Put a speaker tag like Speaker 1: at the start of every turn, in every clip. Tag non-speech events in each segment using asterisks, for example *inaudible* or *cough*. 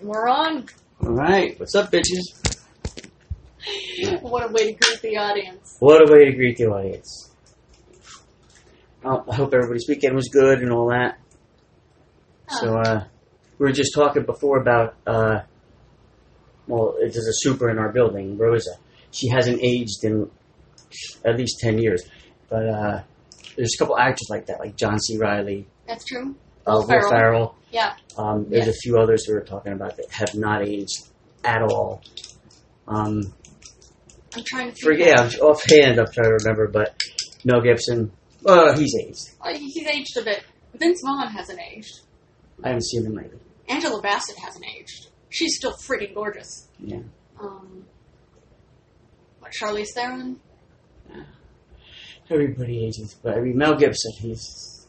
Speaker 1: We're on. *laughs*
Speaker 2: All right. What's up, bitches?
Speaker 1: what a way to greet the audience.
Speaker 2: What a way to greet the audience. Oh, I hope everybody's weekend was good and all that.
Speaker 1: Oh.
Speaker 2: So, uh, we were just talking before about, uh, well, there's a super in our building, Rosa. She hasn't aged in at least 10 years. But, uh, there's a couple actors like that, like John C. Riley,
Speaker 1: That's true.
Speaker 2: uh, Will
Speaker 1: Ferrell.
Speaker 2: Farrell.
Speaker 1: Yeah.
Speaker 2: Um, there's
Speaker 1: Yeah.
Speaker 2: a few others we were talking about that have not aged at all. Um,
Speaker 1: I'm trying to figure
Speaker 2: forget I'm- offhand. I'm trying to remember, but Mel Gibson. Oh, he's aged.
Speaker 1: out. Like, He's aged a bit. Vince Vaughn hasn't aged.
Speaker 2: I haven't seen him lately.
Speaker 1: Angela Bassett hasn't aged. She's still freaking gorgeous.
Speaker 2: Yeah.
Speaker 1: Um, what, Charlize Theron?
Speaker 2: Everybody ages, but I mean Mel Gibson. He's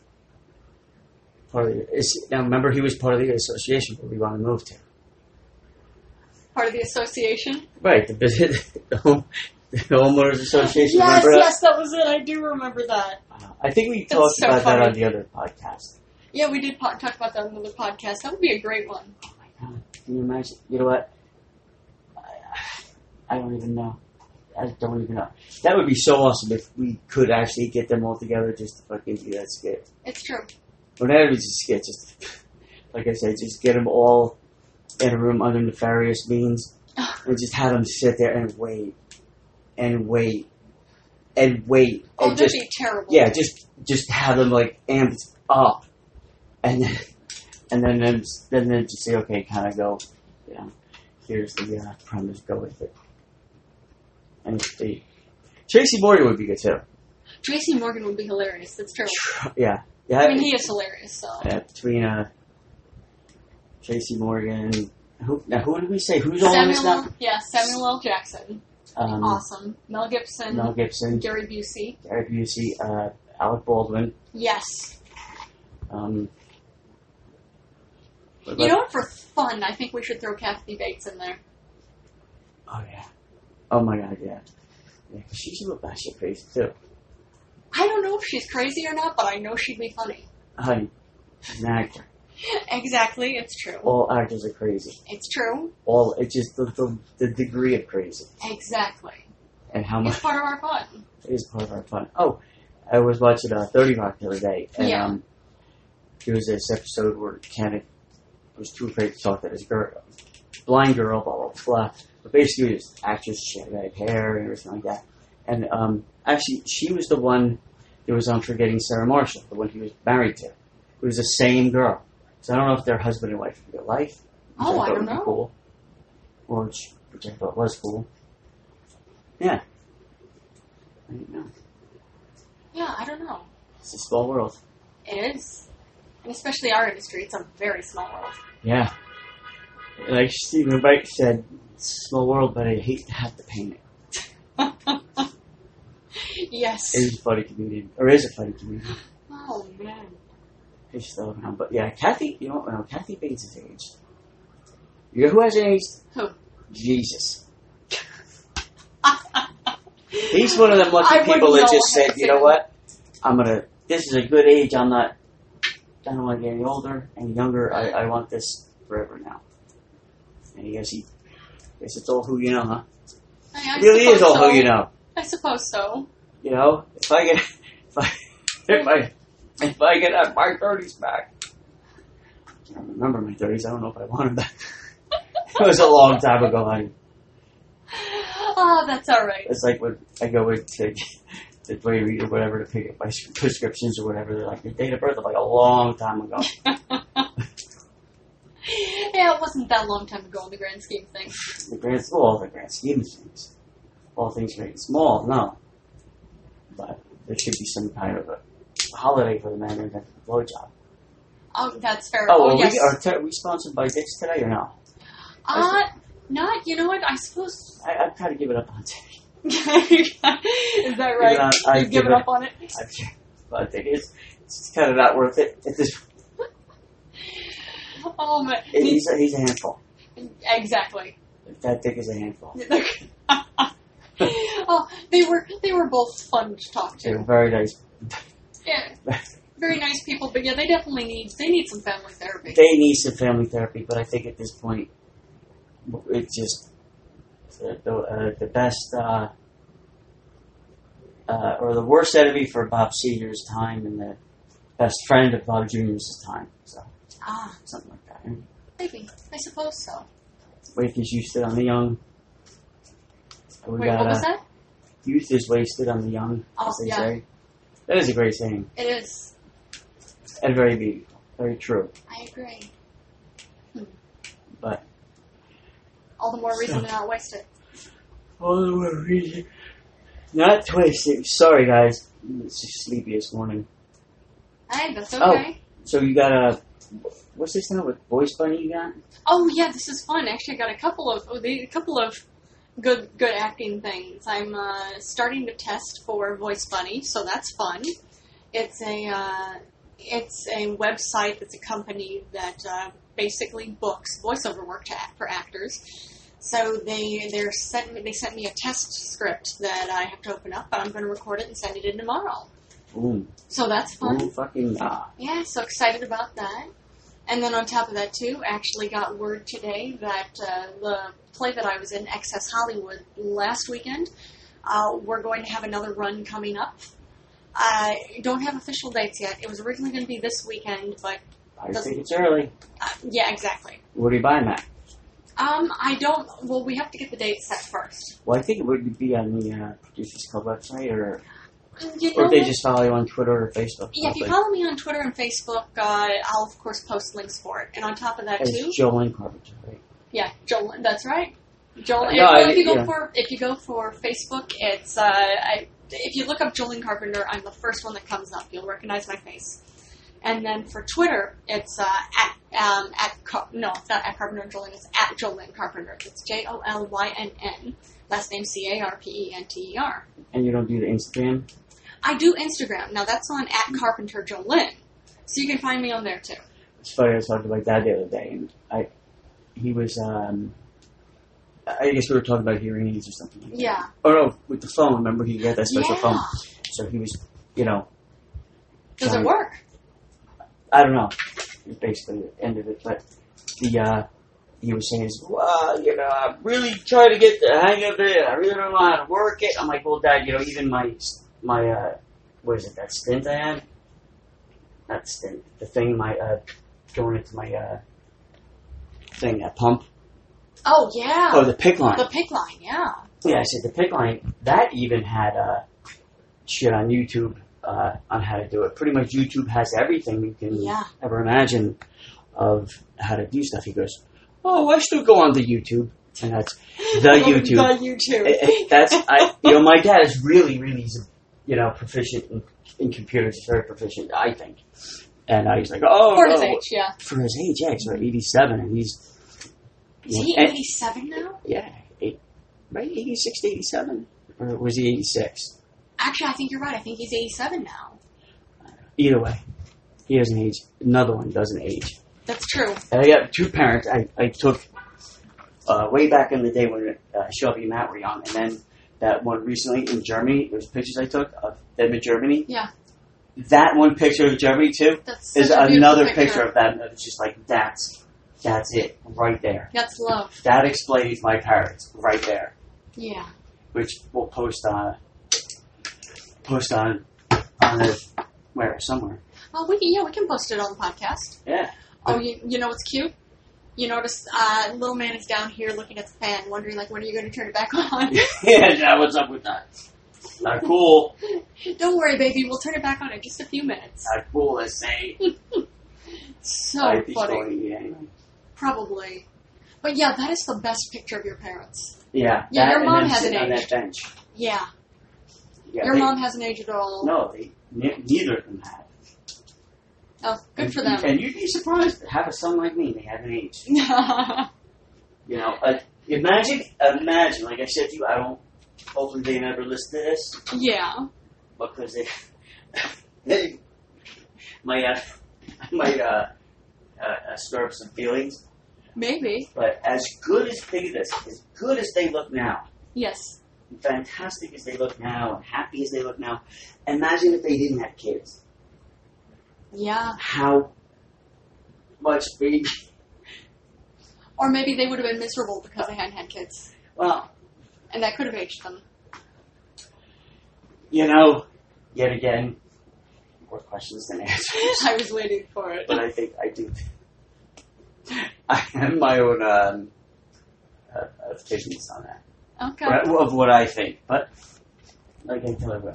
Speaker 2: part of the. Is, now remember, he was part of the association where we want to move to.
Speaker 1: Part of the association?
Speaker 2: Right, the *laughs* business, the, home, the homeowners association.
Speaker 1: yes,
Speaker 2: remember
Speaker 1: yes, that was it. I do remember that.
Speaker 2: that? Uh, I think we
Speaker 1: That's
Speaker 2: talked
Speaker 1: so
Speaker 2: about that
Speaker 1: funny.
Speaker 2: on the other podcast.
Speaker 1: Yeah, we did po- talk about that on another podcast. That would be a great one.
Speaker 2: Can you imagine? You know what? I, I don't even know. I don't even know. That would be so awesome if we could actually get them all together just to fucking do that skit.
Speaker 1: It's true.
Speaker 2: Or not even just skit, just like I said, just get them all in a room under
Speaker 1: *sighs*
Speaker 2: nefarious means and just have them sit there and wait and wait and wait
Speaker 1: Oh,
Speaker 2: and
Speaker 1: that'd
Speaker 2: just
Speaker 1: be terrible.
Speaker 2: yeah, just just have them like amped up, and then and then then, then, then just say okay, kind of go, you know, here's the uh, premise, go with it. And if they, Tracy Morgan would be good too.
Speaker 1: Tracy Morgan would be hilarious. That's true.
Speaker 2: Yeah, yeah.
Speaker 1: I mean, he is hilarious, so.
Speaker 2: yeah, between uh, Tracy Morgan, who now who did we say who's all on this
Speaker 1: Samuel,
Speaker 2: now?
Speaker 1: yeah, Samuel L. Jackson,
Speaker 2: Um,
Speaker 1: awesome. Mel Gibson,
Speaker 2: Mel Gibson,
Speaker 1: Gary Busey,
Speaker 2: Eric Busey, uh, Alec Baldwin.
Speaker 1: yes.
Speaker 2: Um, what
Speaker 1: you
Speaker 2: about-
Speaker 1: know what? For fun, I think we should throw Kathy Bates in there.
Speaker 2: Oh yeah. Oh my god, yeah. yeah she's a little batshit crazy too.
Speaker 1: I don't know if she's crazy or not, but I know she'd be funny. *laughs*
Speaker 2: Honey, she's an actor.
Speaker 1: exactly, it's true.
Speaker 2: All actors are crazy.
Speaker 1: It's true.
Speaker 2: All it's just the, the, the degree of crazy
Speaker 1: Exactly.
Speaker 2: and how
Speaker 1: It's
Speaker 2: much
Speaker 1: part of our fun.
Speaker 2: is part of our fun. Oh, I was watching uh, Thirty Rock the other day, and
Speaker 1: Yeah.
Speaker 2: um, there was this episode where Kenneth was too afraid to talk to this girl, blind girl, blah blah blah. But basically, this actress she had red hair and everything like that. And um, actually, she was the one that was on Forgetting Sarah Marshall, the one he was married to. It was the same girl. So I don't know if they're husband and wife in real life. which
Speaker 1: Oh,
Speaker 2: thought
Speaker 1: I don't
Speaker 2: would be
Speaker 1: know.
Speaker 2: Cool. Or which, which I thought was cool. Yeah. I didn't know.
Speaker 1: Yeah, I don't know.
Speaker 2: It's a small world.
Speaker 1: It is. And especially our industry, it's a very small world. *laughs*
Speaker 2: Yeah. Like Stephen Wright said, it's a small world, but I hate to have to paint it.
Speaker 1: Yes.
Speaker 2: It is a funny comedian, or is a funny comedian.
Speaker 1: Oh, man.
Speaker 2: He's still around, but yeah, Kathy. You know, well, Kathy Bates is aged. You know who has aged?
Speaker 1: Who?
Speaker 2: Jesus. He's one of them lucky
Speaker 1: I wouldn't
Speaker 2: people that
Speaker 1: know
Speaker 2: just
Speaker 1: what
Speaker 2: said, you know
Speaker 1: happened.
Speaker 2: what? I'm gonna. This is a good age. I'm not. I don't want to get any older and younger. I, I want this forever now. And I guess he. Guess it's all who you know, huh?
Speaker 1: *laughs* I, I
Speaker 2: It really is
Speaker 1: suppose
Speaker 2: all
Speaker 1: so.
Speaker 2: who you know.
Speaker 1: I suppose so.
Speaker 2: You know, if I get if I *laughs* if I if I get out my thirties back. I don't remember my thirties. I don't know if I wanted that. *laughs* it was a long time ago. honey.
Speaker 1: Oh, that's all right.
Speaker 2: It's like when I go in to the Dwayne Reed or whatever to pick up my prescriptions or whatever. They're like the date of birth of like a long time ago.
Speaker 1: *laughs* Yeah, it wasn't that long time ago in the grand scheme of things.
Speaker 2: The grand well, all the grand scheme of things, all things great and small. No, but there should be some kind of a holiday for the man who got the blowjob.
Speaker 1: Oh, that's fair.
Speaker 2: Oh, are,
Speaker 1: yes.
Speaker 2: we, are, te- are we sponsored by Dick's today or no?
Speaker 1: Uh, not, you know what, I suppose. *laughs*
Speaker 2: I, I've kind of given up on Dick.
Speaker 1: Is that right?
Speaker 2: Yeah, I
Speaker 1: You've
Speaker 2: give
Speaker 1: given
Speaker 2: up.
Speaker 1: up on it?
Speaker 2: I've given up on Dick. It's, it's kind of not worth it. At this,
Speaker 1: Oh, my.
Speaker 2: it he's, a, he's a handful.
Speaker 1: Exactly. *laughs*
Speaker 2: That Dick is a handful.
Speaker 1: oh, they were they were both fun to talk
Speaker 2: They're
Speaker 1: to.
Speaker 2: very nice.
Speaker 1: Yeah, very nice people, but yeah, they definitely need they need some family therapy.
Speaker 2: They need some family therapy, but I think at this point, it's just the the, uh, the best uh, uh, or the worst enemy for Bob Senior's time, and the best friend of Bob Junior's time. So
Speaker 1: Ah,
Speaker 2: something like that. And
Speaker 1: maybe. I suppose so.
Speaker 2: Youth is wasted on the young. We
Speaker 1: Wait,
Speaker 2: got
Speaker 1: what was
Speaker 2: uh,
Speaker 1: that?
Speaker 2: youth is wasted on the young.
Speaker 1: Oh,
Speaker 2: as they
Speaker 1: yeah.
Speaker 2: say. That is a great saying
Speaker 1: It is.
Speaker 2: and very beautiful, very true.
Speaker 1: I agree.
Speaker 2: But
Speaker 1: All the more reason
Speaker 2: So-
Speaker 1: to not waste it.
Speaker 2: all the more reason not to waste it. Sorry, guys, it's just sleepy this morning.
Speaker 1: Hey, that's
Speaker 2: Oh.
Speaker 1: okay.
Speaker 2: So you got a what's this thing with voice bunny you got?
Speaker 1: Oh. yeah, this is fun. Actually, I got a couple of oh, the- a couple of good good acting things. I'm uh, starting to test for Voice Bunny, so that's fun. It's a uh, it's a website that's a company that uh, basically books voiceover work to, act- for actors. So they they're sent me, they sent me a test script that I have to open up, but I'm going to record it and send it in tomorrow.
Speaker 2: Ooh,
Speaker 1: So that's fun.
Speaker 2: ooh, fucking ah.
Speaker 1: Yeah, so excited about that. And then on top of that, too, actually got word today that uh, the play that I was in, Excess Hollywood, last weekend, uh, we're going to have another run coming up. I don't have official dates yet. It was originally going to be this weekend, but
Speaker 2: I think it's early.
Speaker 1: uh, yeah, exactly.
Speaker 2: What are you buying that?
Speaker 1: Um, I don't. Well, we have to get the date set first.
Speaker 2: Well, I think it would be on the uh, Producers Club website, or
Speaker 1: You know
Speaker 2: or if they
Speaker 1: what?
Speaker 2: just follow you on Twitter or Facebook.
Speaker 1: yeah, if you
Speaker 2: probably.
Speaker 1: follow me on Twitter and Facebook, uh, I'll of course post links for it. And on top of that,
Speaker 2: It's
Speaker 1: too,
Speaker 2: Jolene Carpenter, right?
Speaker 1: Yeah, Joel. That's right. Joel.
Speaker 2: Uh,
Speaker 1: and
Speaker 2: no,
Speaker 1: well,
Speaker 2: I-
Speaker 1: if you go
Speaker 2: yeah.
Speaker 1: for if you go for Facebook, it's uh, I, if you look up Jolene Carpenter, I'm the first one that comes up. You'll recognize my face. And then for Twitter, it's uh, at um, at Car- no, it's not at Carpenter and Jolene. It's at Jolene Carpenter. It's J O L Y N N. Last name C A R P E N T E R.
Speaker 2: And you don't do the Instagram.
Speaker 1: I do Instagram now. That's on at Carpenter Jolene, so you can find me on there too.
Speaker 2: It's funny. I was talking to my dad the other day, and I he was um I guess we were talking about hearing aids or something. Like that.
Speaker 1: Yeah.
Speaker 2: Oh no, with the phone. Remember he got that special
Speaker 1: yeah.
Speaker 2: phone, so he was you know
Speaker 1: Does it
Speaker 2: Um,
Speaker 1: work?
Speaker 2: I don't know. Basically, the end of it. But the uh, he was saying, is, "Well, you know, I'm really trying to get the hang of it. I really don't know how to work it." I'm like, "Well, Dad, you know, even my my uh, what is it? That stint I had, not stint. The thing my uh, going into my uh, thing, that pump.
Speaker 1: Oh yeah.
Speaker 2: Oh, the pick line.
Speaker 1: the pick line. Yeah.
Speaker 2: Yeah, I said the pick line. That even had uh, shit on YouTube uh, on how to do it. Pretty much YouTube has everything you can
Speaker 1: Yeah.
Speaker 2: ever imagine of how to do stuff. He goes, "Oh, I still go on the YouTube," and that's the
Speaker 1: *laughs* Oh,
Speaker 2: YouTube.
Speaker 1: The YouTube.
Speaker 2: Eh, eh, that's I, you know, my dad is really, really, you know, proficient in, in computers. He's very proficient, I think. And uh, he's like, "Oh,
Speaker 1: For his
Speaker 2: no."
Speaker 1: age, yeah.
Speaker 2: for his age, yeah, he's like eighty-seven, and he's
Speaker 1: Is he
Speaker 2: and-
Speaker 1: 87 now?
Speaker 2: yeah, eight, right, 86 to 87. Or was he 86?
Speaker 1: Actually, I think you're right. I think he's 87 now.
Speaker 2: Either way, he doesn't age. Another one doesn't age.
Speaker 1: That's true.
Speaker 2: And I got two parents I, I took uh, way back in the day when uh, Shelby and Matt were young, and then that one recently in Germany, there's pictures I took of them in Germany.
Speaker 1: Yeah.
Speaker 2: That one picture of Germany, too,
Speaker 1: That's such
Speaker 2: is
Speaker 1: a beautiful
Speaker 2: another picture of them. It's just like, that's, that's it, right there.
Speaker 1: That's love.
Speaker 2: That explains my parents, right there.
Speaker 1: Yeah.
Speaker 2: which we'll post on post on on the where somewhere.
Speaker 1: Oh, we can, yeah, we can post it on the podcast.
Speaker 2: Yeah.
Speaker 1: Oh, you, you know what's cute? You notice uh, little man is down here looking at the fan, wondering like, when are you going to turn it back on?
Speaker 2: *laughs*
Speaker 1: *laughs*
Speaker 2: yeah, yeah, what's up with that? Not cool.
Speaker 1: Don't worry, baby. We'll turn it back on in just a few minutes.
Speaker 2: Not cool, let's say.
Speaker 1: So
Speaker 2: Might be
Speaker 1: funny.
Speaker 2: going to be anyway.
Speaker 1: Probably. But yeah, that is the best picture of your parents.
Speaker 2: Yeah.
Speaker 1: Yeah,
Speaker 2: that
Speaker 1: your
Speaker 2: and
Speaker 1: mom
Speaker 2: them
Speaker 1: has
Speaker 2: sitting
Speaker 1: an
Speaker 2: on
Speaker 1: age.
Speaker 2: that bench.
Speaker 1: Yeah.
Speaker 2: Yeah,
Speaker 1: Your
Speaker 2: they-
Speaker 1: mom hasn't aged at all.
Speaker 2: No, they ne- neither of them have.
Speaker 1: Oh, good
Speaker 2: And-
Speaker 1: for them.
Speaker 2: And you'd be surprised to have a son like me. They haven't aged.
Speaker 1: *laughs* yeah,
Speaker 2: You know, uh, imagine, imagine. Like I said to you, I don't. Hopefully, they never listen to this. because *laughs* it, it might uh, *laughs* might uh, uh, uh, stir up some feelings.
Speaker 1: maybe.
Speaker 2: But as good as think of this, as good as they look now,
Speaker 1: Yes.
Speaker 2: and fantastic as they look now, and happy as they look now, imagine if they didn't have kids.
Speaker 1: Yeah.
Speaker 2: How much baby
Speaker 1: Or maybe they would have been miserable because they hadn't had kids,
Speaker 2: Well,
Speaker 1: and that could have aged them.
Speaker 2: you know, yet again, more questions than *laughs* answers.
Speaker 1: *laughs* I was waiting for it.
Speaker 2: but I think I do. I have my own um, uh, opinions on that,
Speaker 1: Okay.
Speaker 2: Or of what I think. But like I tell everyone,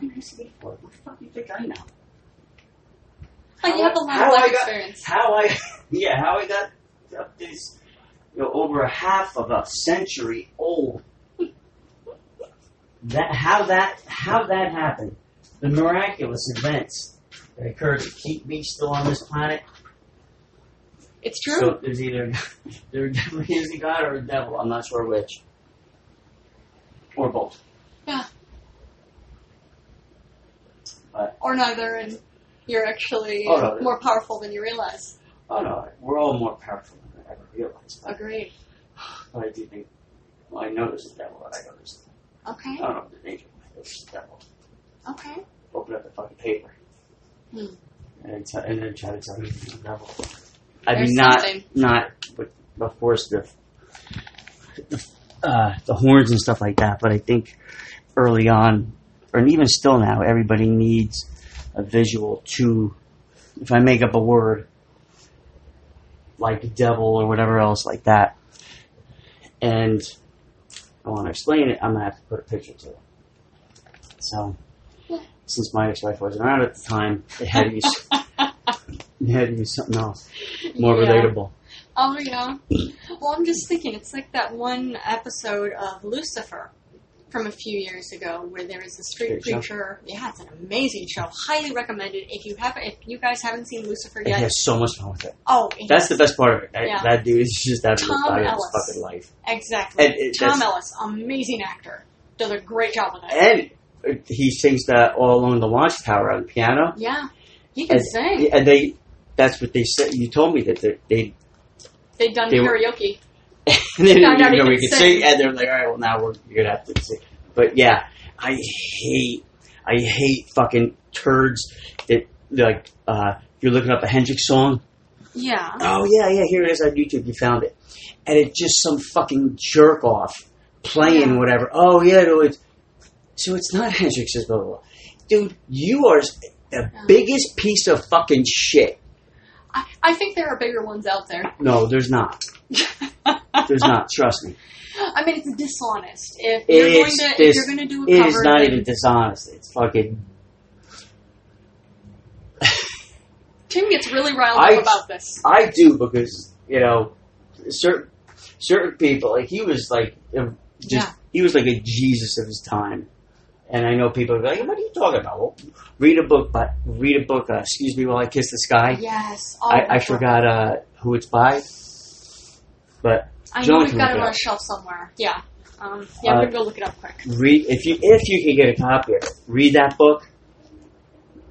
Speaker 2: I used to be poor. What the fuck do you think I know?
Speaker 1: Like, you have a lot
Speaker 2: How
Speaker 1: of
Speaker 2: I
Speaker 1: life
Speaker 2: got-
Speaker 1: experience.
Speaker 2: How I, *laughs* yeah, how I got up this, you know, over a half of a century old. That how that how that happened, the miraculous events that occurred to keep me still on this planet.
Speaker 1: It's true.
Speaker 2: So there's either *laughs* there definitely is a god or a devil. I'm not sure which, or both.
Speaker 1: or neither, and you're actually
Speaker 2: Oh, no,
Speaker 1: more powerful than you realize.
Speaker 2: Oh no, we're all more powerful than I ever realized. But,
Speaker 1: Agreed.
Speaker 2: but I do think, well, I know there's a devil, and I know there's
Speaker 1: Okay.
Speaker 2: I don't know if the nature there's a devil.
Speaker 1: Okay.
Speaker 2: open up the fucking paper.
Speaker 1: Hmm.
Speaker 2: And, t- and then try to tell me the devil. I
Speaker 1: There's
Speaker 2: mean, not
Speaker 1: something.
Speaker 2: not, but of course the the, uh, the horns and stuff like that. But I think early on, or even still now, everybody needs a visual to. If I make up a word like the devil or whatever else like that, and I want to explain it, I'm gonna have to put a picture to it. So,
Speaker 1: Yeah.
Speaker 2: since my ex-wife wasn't around at the time, they had to use, they had to use something else more
Speaker 1: Yeah.
Speaker 2: relatable.
Speaker 1: Oh, yeah. Well, I'm just thinking, it's like that one episode of Lucifer from a few years ago where there is a street
Speaker 2: Great show.
Speaker 1: preacher. Yeah, it's an amazing show. Highly recommended. If you have, if you guys haven't seen Lucifer
Speaker 2: And
Speaker 1: yet,
Speaker 2: he has so much fun with it.
Speaker 1: oh, it
Speaker 2: That's the best part of it. That,
Speaker 1: Yeah.
Speaker 2: that dude is just out of his
Speaker 1: Tom
Speaker 2: body of
Speaker 1: Ellis.
Speaker 2: his fucking life.
Speaker 1: exactly.
Speaker 2: And it-
Speaker 1: Tom
Speaker 2: that's-
Speaker 1: Ellis, amazing actor, does a great job with it.
Speaker 2: And he sings that all along the watchtower on the piano.
Speaker 1: yeah, he can
Speaker 2: and,
Speaker 1: sing.
Speaker 2: And they, that's what they said. You told me that they, they, *laughs*
Speaker 1: They've done
Speaker 2: they were-
Speaker 1: karaoke.
Speaker 2: they didn't
Speaker 1: Found out
Speaker 2: even
Speaker 1: he
Speaker 2: know we
Speaker 1: could
Speaker 2: could
Speaker 1: sing.
Speaker 2: sing. And they're like, all right, well, now we're, you're going to have to sing. But yeah, I hate, I hate fucking turds that, like, uh, you're looking up a Hendrix song
Speaker 1: Yeah.
Speaker 2: Oh yeah, yeah, here it is on YouTube. You found it, and it's just some fucking jerk off playing
Speaker 1: Yeah.
Speaker 2: whatever. Oh yeah, no, it's so it's not *laughs* Hendrix's blah blah blah. Dude, you are s- the
Speaker 1: Yeah.
Speaker 2: biggest piece of fucking shit.
Speaker 1: I, I think there are bigger ones out there. *laughs*
Speaker 2: No, there's not. There's not. Trust me.
Speaker 1: I mean, it's dishonest. If you're
Speaker 2: It's
Speaker 1: going to, if
Speaker 2: dis-
Speaker 1: you're going to do a
Speaker 2: It
Speaker 1: cover,
Speaker 2: is not
Speaker 1: then
Speaker 2: even dishonest. It's fucking.
Speaker 1: Tim gets really riled
Speaker 2: I-
Speaker 1: up about this.
Speaker 2: I do because you know certain certain people. Like he was like a- just
Speaker 1: Yeah.
Speaker 2: he was like a Jesus of his time. And I know people are like, "What are you talking about?" Well, read a book, but read a book. Uh, excuse me, while I kiss the sky.
Speaker 1: Yes. Oh,
Speaker 2: I, I
Speaker 1: my God.
Speaker 2: forgot uh, who it's by, but
Speaker 1: I know
Speaker 2: Joan
Speaker 1: we've
Speaker 2: can
Speaker 1: got it
Speaker 2: look
Speaker 1: on
Speaker 2: it
Speaker 1: our
Speaker 2: up.
Speaker 1: shelf somewhere. Yeah. Um, yeah,
Speaker 2: Uh,
Speaker 1: we're gonna go look it up quick.
Speaker 2: read if you if you can get a copy of it, read that book,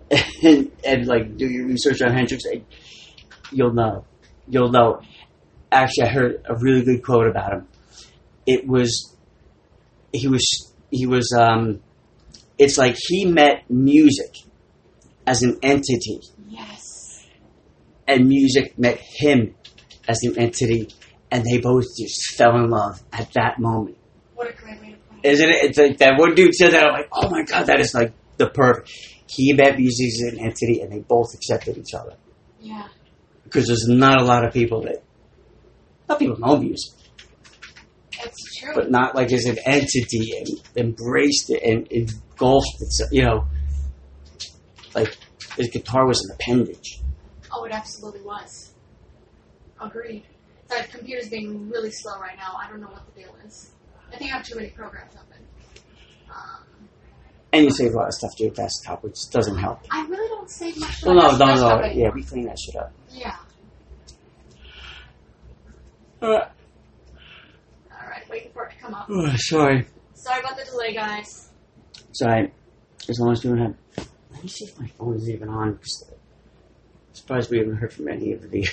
Speaker 2: *laughs* and and like do your research on Hendrix. and You'll know, you'll know. Actually, I heard a really good quote about him. It was he was he was um, it's like he met music as an entity,
Speaker 1: Yes.
Speaker 2: and music met him as an entity, and they both just fell in love at that moment
Speaker 1: What a great way to put it.
Speaker 2: isn't it? It's like that one dude said that. I'm like, oh my god, that is like the perfect. He met music as an entity, and they both accepted each other
Speaker 1: Yeah.
Speaker 2: because there's not a lot of people that. Not people know music,
Speaker 1: That's true.
Speaker 2: but not like as an entity and embraced it and engulfed itself. You know, like his guitar was an appendage.
Speaker 1: oh, it absolutely was. Agreed. That computer's being really slow right now. I don't know what the deal is. I think I have too many programs open. Um,
Speaker 2: And you save a lot of stuff to your desktop, which doesn't help.
Speaker 1: I really don't save much. for
Speaker 2: Well,
Speaker 1: my
Speaker 2: no, no,
Speaker 1: desktop
Speaker 2: no.
Speaker 1: anymore.
Speaker 2: Yeah, we clean that shit up.
Speaker 1: Yeah.
Speaker 2: Uh,
Speaker 1: All right, waiting for it to come up.
Speaker 2: Oh, *sighs* sorry.
Speaker 1: Sorry about the delay, guys.
Speaker 2: So I, as long as we don't have, let me see if my phone is even on. 'cause I'm surprised we haven't heard from any of the,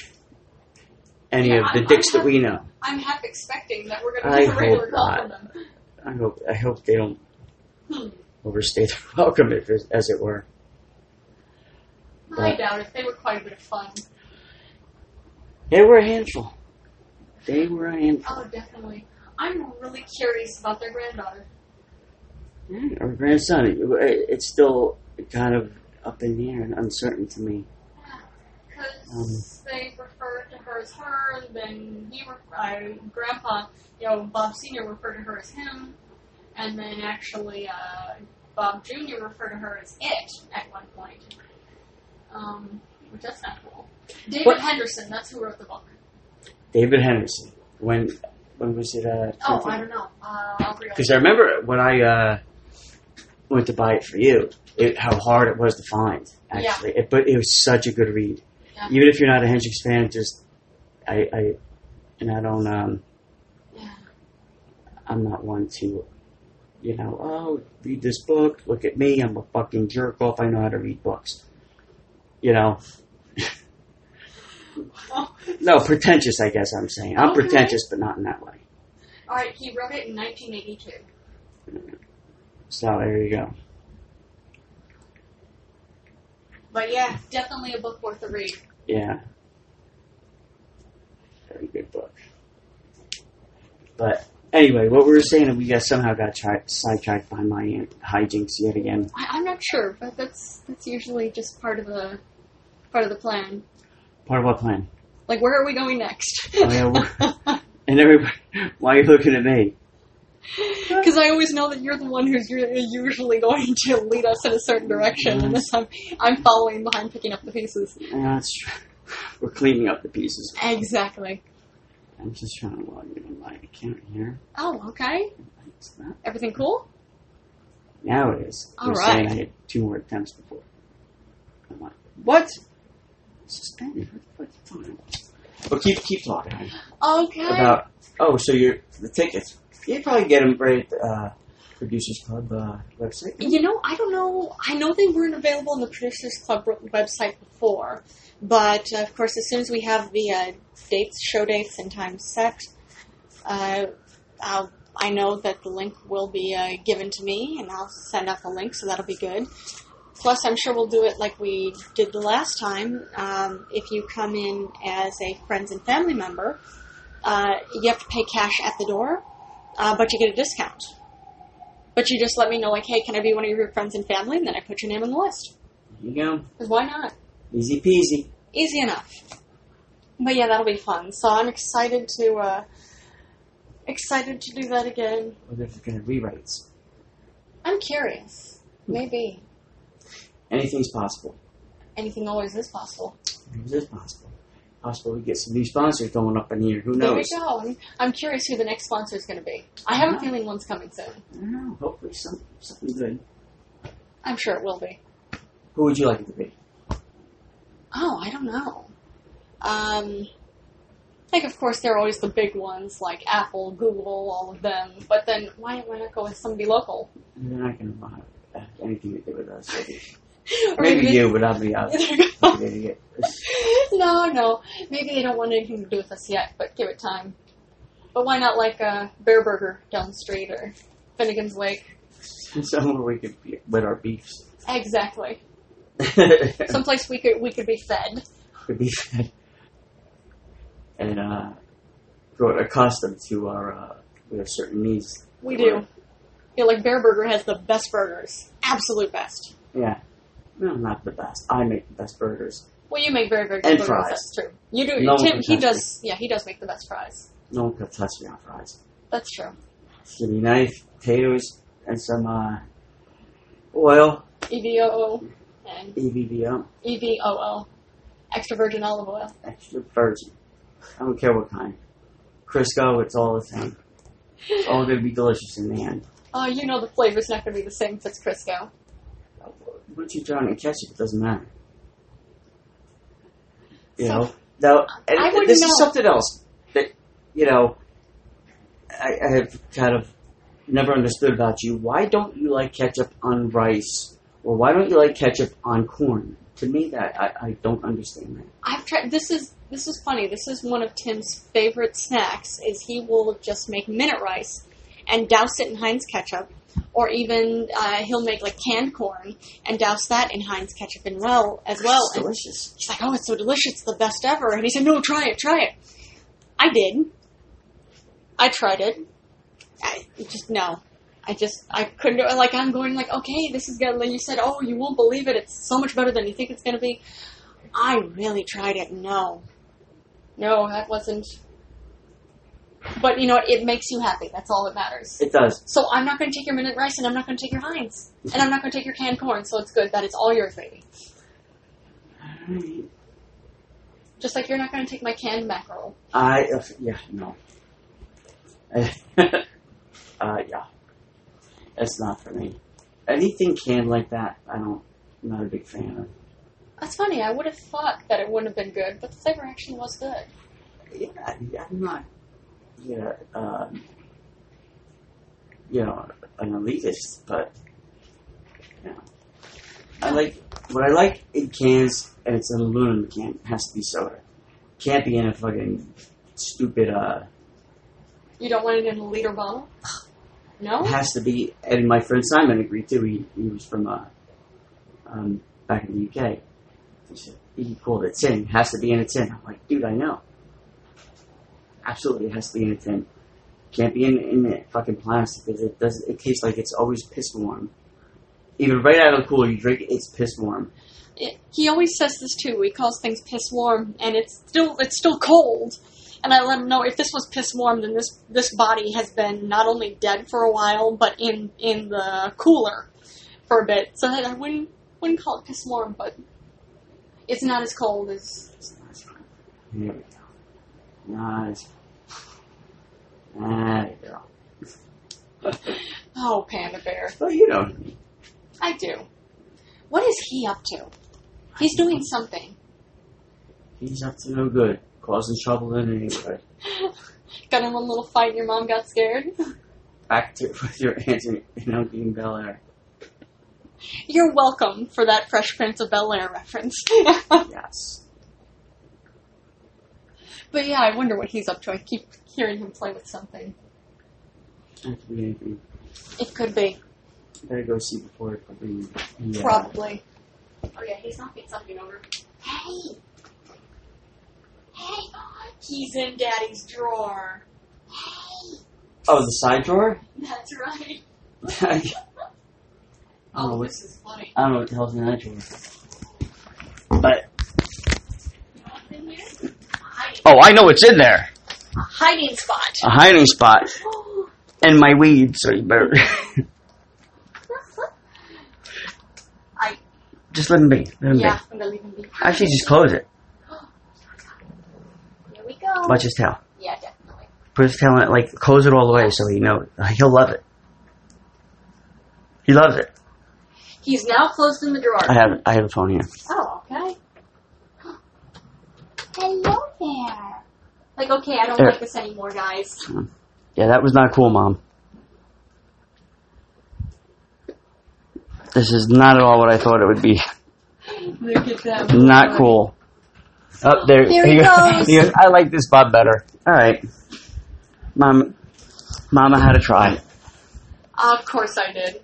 Speaker 2: *laughs* any
Speaker 1: Yeah,
Speaker 2: of the
Speaker 1: I- I
Speaker 2: dicks that
Speaker 1: have-
Speaker 2: we know.
Speaker 1: I'm half expecting that we're going to
Speaker 2: I
Speaker 1: have a regular
Speaker 2: hope
Speaker 1: call
Speaker 2: not.
Speaker 1: from them.
Speaker 2: I hope, I hope they don't
Speaker 1: Hmm.
Speaker 2: overstay their *laughs* welcome, if, it- as it were.
Speaker 1: I
Speaker 2: But-
Speaker 1: doubt it. They were quite a bit of fun.
Speaker 2: They were a handful. They were in.
Speaker 1: Oh, definitely. I'm really curious about their granddaughter. Hmm.
Speaker 2: Or grandson. It, it- it's still kind of up in the air and uncertain to me.
Speaker 1: Because they referred to her as her, and then he, re- I, Grandpa, you know, Bob Sr. referred to her as him, and then actually uh, Bob Jr. referred to her as it at one point. Um, which that's not cool. David
Speaker 2: What-
Speaker 1: Henderson, that's who wrote the book.
Speaker 2: David Henderson. When when was it? Uh,
Speaker 1: Oh, I don't know. Uh, I'll read *laughs*
Speaker 2: Because I remember when I uh, went to buy it for you, it, how hard it was to find. Actually, it, but it was such a good read.
Speaker 1: Yeah.
Speaker 2: Even if you're not a Hendrix fan, just I, I and I don't. Um,
Speaker 1: Yeah.
Speaker 2: I'm not one to, you know. Oh, read this book. Look at me. I'm a fucking jerk off. I know how to read books. You know. No, pretentious. I guess I'm saying I'm
Speaker 1: Okay.
Speaker 2: pretentious, but not in that way.
Speaker 1: All right, he wrote it in 1982.
Speaker 2: So there you go.
Speaker 1: But yeah, definitely a book worth a read.
Speaker 2: Yeah. Very good book. But anyway, what we were saying, we got somehow got tri- sidetracked by my hijinks yet again.
Speaker 1: I, I'm not sure, but that's that's usually just part of the part of the plan.
Speaker 2: Part of what plan?
Speaker 1: Like, where are we going next?
Speaker 2: Oh, yeah,
Speaker 1: *laughs*
Speaker 2: we're- And everybody, *laughs* why are you looking at me?
Speaker 1: Because I always know that you're the one who's u- usually going to lead us in a certain direction, and this time I'm following behind, picking up the pieces.
Speaker 2: Yeah, that's true. *laughs* We're cleaning up the pieces.
Speaker 1: Exactly.
Speaker 2: I'm just trying to log in on my account here.
Speaker 1: Oh, okay.
Speaker 2: It's not.
Speaker 1: Everything cool?
Speaker 2: Now it is.
Speaker 1: All
Speaker 2: They're
Speaker 1: right.
Speaker 2: saying I had two more attempts before. I'm like, what? Suspended? What the fuck are you talking about? But keep keep talking.
Speaker 1: Okay.
Speaker 2: about oh, so you're the tickets. You could probably get them right at the uh, producers club uh, website.
Speaker 1: You know, I don't know. I know they weren't available on the Producers Club w- website before, but uh, of course, as soon as we have the uh, dates, show dates, and times set, uh, I'll, I know that the link will be uh, given to me, and I'll send out the link, so that'll be good. Plus, I'm sure we'll do it like we did the last time. Um, if you come in as a friends and family member, uh, you have to pay cash at the door, uh, but you get a discount. But you just let me know, like, hey, can I be one of your friends and family? And then I put your name on the list.
Speaker 2: There you go,
Speaker 1: 'Cause why not?
Speaker 2: easy peasy.
Speaker 1: Easy enough. But yeah, that'll be fun. So I'm excited to, uh, excited to do that again.
Speaker 2: Or they're going to rewrites.
Speaker 1: I'm curious. Maybe.
Speaker 2: Anything's possible.
Speaker 1: Anything always is possible.
Speaker 2: It is possible. Possible we get some new sponsors going up in here. Who
Speaker 1: There we
Speaker 2: knows?
Speaker 1: go. I'm, I'm curious who the next sponsor is going to be. I have a
Speaker 2: Mhm.
Speaker 1: feeling one's coming soon.
Speaker 2: I don't know. Hopefully, some something good.
Speaker 1: I'm sure it will be.
Speaker 2: Who would you like it to be?
Speaker 1: Oh, I don't know. Um, like, of course, there are always the big ones like Apple, Google, all of them. But then, why, why not go with somebody local?
Speaker 2: And They're not going to have anything to do with us.
Speaker 1: *laughs* Or
Speaker 2: Maybe
Speaker 1: they- *laughs*
Speaker 2: you, but I'll be out.
Speaker 1: no,
Speaker 2: Maybe you.
Speaker 1: no. Maybe they don't want anything to do with us yet, but give it time. But why not like uh, Bear Burger down the street or Finnegan's Lake?
Speaker 2: Somewhere we could be with our beefs. *laughs*
Speaker 1: Exactly. Someplace we could we could be fed.
Speaker 2: could be fed and uh, grown accustomed to our uh, we have certain needs.
Speaker 1: We do. Yeah, like Bear Burger has the best burgers, absolute best.
Speaker 2: Yeah, no, not the best. I make the best burgers.
Speaker 1: Well, you make very very good
Speaker 2: And
Speaker 1: burgers.
Speaker 2: fries.
Speaker 1: That's true. You do.
Speaker 2: No one
Speaker 1: Tim,
Speaker 2: can
Speaker 1: he
Speaker 2: touch
Speaker 1: does. Yeah, he does make the best fries.
Speaker 2: No one could touch me on fries.
Speaker 1: That's true.
Speaker 2: Skinny knife, potatoes, and some uh, oil.
Speaker 1: E EVOO and E
Speaker 2: EVVO,
Speaker 1: EVOO, extra virgin olive oil.
Speaker 2: extra virgin. I don't care what kind. Crisco, it's all the same. It's all gonna be delicious in the end.
Speaker 1: Oh, you know the flavor's not going to be the same if it's Crisco.
Speaker 2: Once you throw it in ketchup, it doesn't matter. You
Speaker 1: So-
Speaker 2: know, now and
Speaker 1: I wouldn't
Speaker 2: this
Speaker 1: know.
Speaker 2: is something else that you know. I, I have kind of never understood about you. Why don't you like ketchup on rice, or why don't you like ketchup on corn? To me, that I, I don't understand that.
Speaker 1: I've tried. This is this is funny. This is one of Tim's favorite snacks. Is he will just make minute rice and douse it in Heinz ketchup, or even uh, he'll make like canned corn and douse that in Heinz ketchup and well as well.
Speaker 2: it's
Speaker 1: And
Speaker 2: delicious.
Speaker 1: he's like, "Oh, it's so delicious! It's the best ever!" And he said, "No, try it, try it." I did, I tried it. I just no. I just I couldn't do it. Like I'm going like okay, this is gonna. Like you said, oh, you won't believe it. It's so much better than you think it's gonna be. I really tried it. No, no, that wasn't. But you know what? It makes you happy. That's all that matters.
Speaker 2: It does.
Speaker 1: So I'm not going to take your minute rice, and I'm not going to take your Heinz, and I'm not going to take your canned corn. So it's good. That is all yours, baby.
Speaker 2: Alright.
Speaker 1: Just like you're not going to take my canned mackerel.
Speaker 2: I uh, yeah no. *laughs* uh yeah, that's not for me. Anything canned like that, I don't. I'm not a big fan of.
Speaker 1: That's funny. I would have thought that it wouldn't have been good, but the flavor actually was good.
Speaker 2: Yeah, I- I'm not. Yeah, um, you know, an elitist, but you know, I like what I like in cans, and it's an aluminum can. It has to be soda. Can't be in a fucking stupid. uh
Speaker 1: You don't want it in a liter bottle?
Speaker 2: It
Speaker 1: No?
Speaker 2: has to be, and my friend Simon agreed too. He, he was from uh, um, back in the UK. He said he called it tin. It has to be in a tin. I'm like, dude, I know. Absolutely, it has to be in a tin. Can't be in in that fucking plastic because it does. It tastes like it's always piss warm. Even right out of the cooler, you drink it, it's piss warm.
Speaker 1: It, he always says this too. He calls things piss warm, and it's still it's still cold. And I let him know if this was piss warm, then this this body has been not only dead for a while, but in in the cooler for a bit. So that I wouldn't wouldn't call it piss warm, but it's not as cold as
Speaker 2: It's not as fun. There we go. Not as fun. There we go.
Speaker 1: oh panda bear.
Speaker 2: But you know,
Speaker 1: I do. What is he up to? He's doing something.
Speaker 2: he's up to no good, causing trouble in the neighborhood.
Speaker 1: Got in one little fight, and your mom got scared.
Speaker 2: back to *laughs* with your aunt and and Uncle in Bel Air.
Speaker 1: You're welcome for that Fresh Prince of Bel Air reference. *laughs*
Speaker 2: Yes.
Speaker 1: But yeah, I wonder what he's up to. I keep hearing him play with something.
Speaker 2: That could be anything.
Speaker 1: It could be.
Speaker 2: Better go see before it could be. Yeah.
Speaker 1: Probably. Oh yeah, he's knocking something over. Hey! Hey! He's in Daddy's drawer. Hey!
Speaker 2: Oh, the side drawer? *laughs*
Speaker 1: That's right.
Speaker 2: I don't know
Speaker 1: Oh,
Speaker 2: what,
Speaker 1: this is funny.
Speaker 2: I don't know what the hell's in that drawer. But
Speaker 1: In here? Hiding.
Speaker 2: oh, I know what's in there.
Speaker 1: A hiding *gasps* spot. *laughs*
Speaker 2: A hiding spot and my weed. So you better
Speaker 1: I
Speaker 2: *laughs* just let him be. Let him
Speaker 1: yeah,
Speaker 2: be.
Speaker 1: I'm gonna leave him be.
Speaker 2: Actually, just close it.
Speaker 1: Here we go.
Speaker 2: Watch his tail.
Speaker 1: Yeah, definitely.
Speaker 2: Put his tail in it. Like close it all the way so he knows. He'll love it. He loves it.
Speaker 1: He's now closed in the drawer.
Speaker 2: I have I have a phone here.
Speaker 1: Oh, okay. Hello there. Like, okay, I don't
Speaker 2: There.
Speaker 1: like this anymore, guys.
Speaker 2: Yeah, that was not cool, Mom. This is not at all what I thought it would be.
Speaker 1: Look at that.
Speaker 2: Not cool. Oh, there,
Speaker 1: There he goes.
Speaker 2: he goes, I like this Bob better. All right, Mom. Mama had a try.
Speaker 1: of course I did.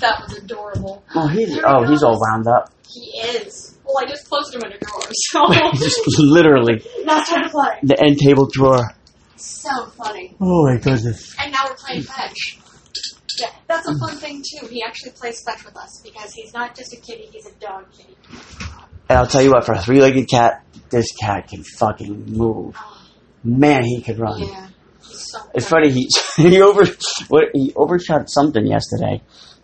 Speaker 1: That was adorable.
Speaker 2: Oh, he's
Speaker 1: There he
Speaker 2: oh, he's all
Speaker 1: goes.
Speaker 2: wound up. *laughs*
Speaker 1: He is. Well, I just closed him in a drawer, *laughs* so
Speaker 2: Just literally
Speaker 1: now it's time to
Speaker 2: *laughs*
Speaker 1: play.
Speaker 2: the end table drawer.
Speaker 1: So funny.
Speaker 2: Oh my goodness.
Speaker 1: And now we're playing fetch. Yeah, that's a
Speaker 2: Mm.
Speaker 1: fun thing too. He actually plays fetch with us because he's not just a kitty; he's a dog kitty.
Speaker 2: And I'll tell you what, for a three-legged cat, this cat can fucking move. Man, he could run.
Speaker 1: Yeah, he's so.
Speaker 2: Um, It's funny he *laughs* he over what he overshot something yesterday,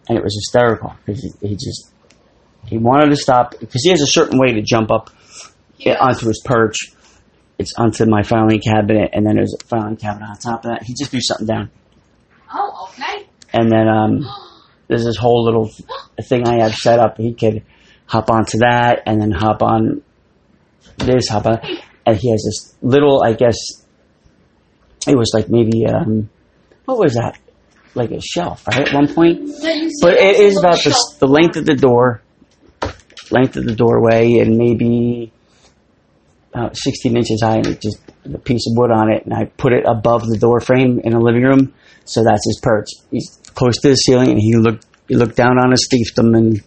Speaker 2: and it was hysterical because he, he just he wanted to stop because he has a certain way to jump up
Speaker 1: He
Speaker 2: it onto his perch. It's onto my filing cabinet, and then there's a filing cabinet on top of that. He just threw something down,
Speaker 1: Oh, okay. *gasps*
Speaker 2: and then um, there's this whole little thing I have set up. He could hop onto that, and then hop on this, hop on, and he has this little, I guess, it was like maybe um, what was that? Like a shelf, right? At one point,
Speaker 1: Yeah, you see
Speaker 2: but it
Speaker 1: that's a
Speaker 2: is
Speaker 1: little
Speaker 2: about the,
Speaker 1: shelf.
Speaker 2: the length of the door, length of the doorway, and maybe about 16 inches high, and it just a piece of wood on it, and I put it above the door frame in the living room, so that's his perch. He's close to the ceiling, and he looked he looked down on his fiefdom, and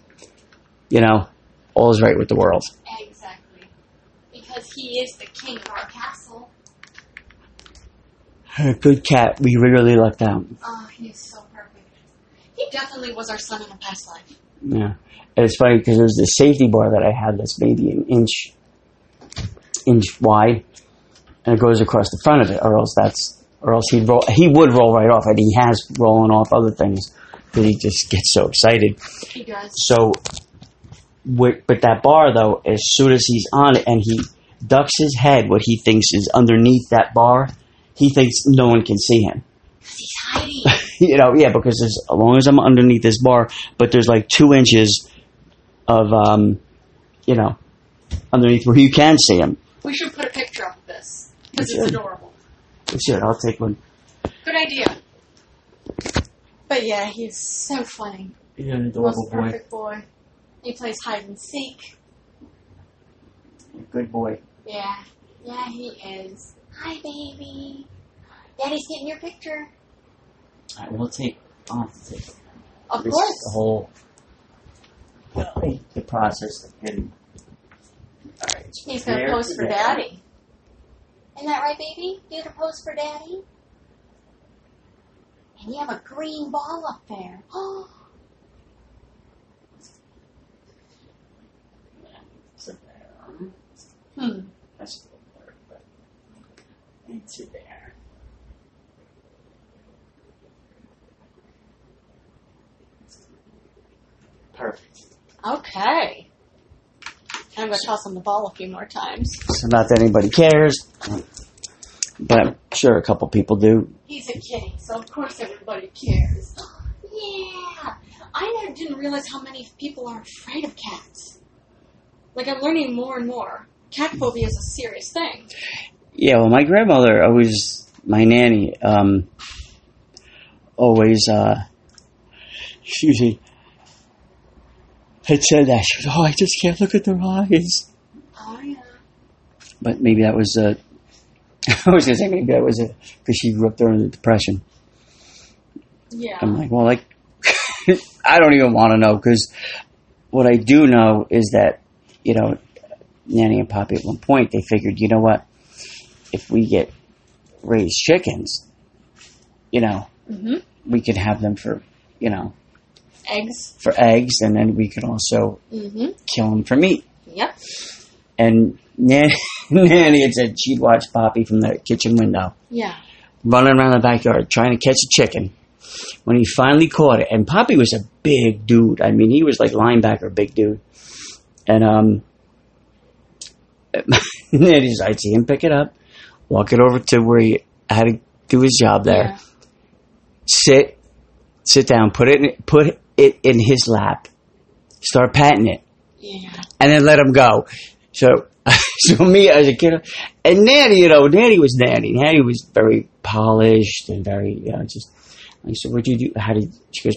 Speaker 2: you know, all's right with the world.
Speaker 1: Exactly. Because he is the king of our castle.
Speaker 2: Her good cat. We really lucked out.
Speaker 1: Oh, he's so perfect. He definitely was our son in a past life.
Speaker 2: Yeah. And it's funny because there's this safety bar that I had that's maybe an inch, inch wide, and it goes across the front of it, or else that's, or else he'd roll. He would roll right off, and he has rolling off other things because he just gets so excited.
Speaker 1: He does.
Speaker 2: So, with, with that bar though, as soon as he's on it and he ducks his head, what he thinks is underneath that bar, he thinks no one can see him.
Speaker 1: Because he's hiding.
Speaker 2: *laughs* you know, yeah, because as as long as I'm underneath this bar, but there's like two inches of, um, you know, underneath where you can see him.
Speaker 1: we should put a picture up of this. Because
Speaker 2: We
Speaker 1: it's
Speaker 2: should.
Speaker 1: adorable.
Speaker 2: Shit, I'll take one.
Speaker 1: Good idea. But yeah, he's so funny.
Speaker 2: He's an
Speaker 1: Most perfect boy. He plays hide and seek.
Speaker 2: Good boy.
Speaker 1: Yeah. Yeah, he is. Hi, baby. Daddy's getting your picture.
Speaker 2: I will take. I'll have to take
Speaker 1: Of
Speaker 2: this
Speaker 1: course.
Speaker 2: whole the process and. All right, it's
Speaker 1: He's going to
Speaker 2: there
Speaker 1: pose for
Speaker 2: there.
Speaker 1: daddy. Isn't that right, baby? You're going to pose for daddy? And you have a green ball up there. *gasps* Oh,
Speaker 2: So there.
Speaker 1: hmm.
Speaker 2: That's a little blurry, but into there. Perfect.
Speaker 1: Okay. I'm going to toss him the ball a few more times.
Speaker 2: So not that anybody cares, but I'm sure a couple people do.
Speaker 1: He's a kitty, so of course everybody cares. Yeah. I never didn't realize how many people are afraid of cats. Like, I'm learning more and more. Cat phobia is a serious thing.
Speaker 2: Yeah, well, my grandmother always, my nanny, um, always, uh, *laughs* excuse me, had said that. She was, oh, I just can't look at their eyes.
Speaker 1: Oh, yeah.
Speaker 2: but maybe that was uh, *laughs* I was gonna say maybe that was it because she grew up during the depression.
Speaker 1: Yeah.
Speaker 2: I'm like, well, like *laughs* I don't even want to know because what I do know is that you know Nanny and Poppy at one point they figured, you know what, if we get raised chickens, you know,
Speaker 1: Mm-hmm.
Speaker 2: we could have them for you know
Speaker 1: Eggs.
Speaker 2: for eggs, and then we could also
Speaker 1: Mm-hmm.
Speaker 2: kill them for meat.
Speaker 1: Yep.
Speaker 2: And Nanny, *laughs* Nanny had said she'd watch Poppy from the kitchen window.
Speaker 1: Yeah.
Speaker 2: running around the backyard trying to catch a chicken. When he finally caught it, and Poppy was a big dude. I mean, he was like linebacker, big dude. And um, *laughs* then he's, I'd see him pick it up, walk it over to where he had to do his job there.
Speaker 1: Yeah.
Speaker 2: Sit, sit down, put it, in, put it in his lap, start patting it
Speaker 1: Yeah.
Speaker 2: and then let him go. So, *laughs* so me as a kid, and Nanny, you know, Nanny was Nanny. Nanny was very polished and very, you know, just. I said, "What'd you do? How did?" She goes,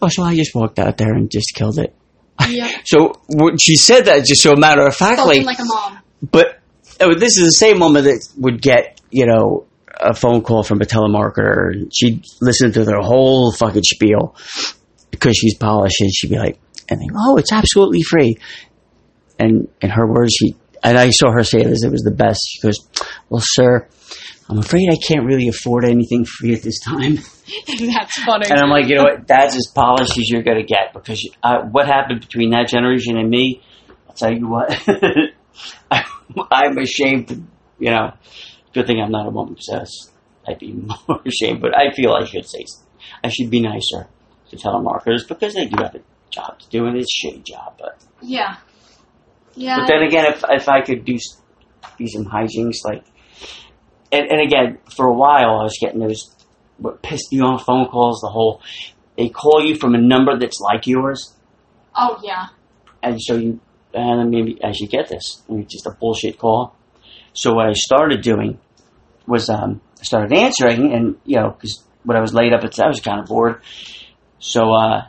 Speaker 2: "Oh, so I just walked out there and just killed it."
Speaker 1: *laughs* Yeah.
Speaker 2: So what she said that just so matter of factly,
Speaker 1: Spoken like a mom. *laughs*
Speaker 2: but oh, this is the same woman that would get, you know, a phone call from a telemarketer, and she'd listen to their whole fucking spiel because she's polished, and she'd be like, and they, oh, it's absolutely free. And in her words, she, and I saw her say this, it was the best. She goes, well, sir, I'm afraid I can't really afford anything free at this time.
Speaker 1: That's funny.
Speaker 2: And I'm like, you know what? That's as polished as you're going to get because uh, what happened between that generation and me, I'll tell you what, *laughs* I, I'm ashamed. You know, good thing I'm not a woman because I'd be *laughs* more ashamed. But I feel I should say, I should be nicer to telemarketers because they do have a job to do and it's a shitty job. But,
Speaker 1: yeah. Yeah.
Speaker 2: but then again, if if I could do s- do some hijinks like, and and again, for a while I was getting those what pissed me off phone calls. The whole they call you from a number that's like yours,
Speaker 1: oh, yeah. *laughs*
Speaker 2: and so you and then maybe I should get this. And it's just a bullshit call. So what I started doing was um, I started answering, and you know, because when I was laid up, it's, I was kind of bored. So uh,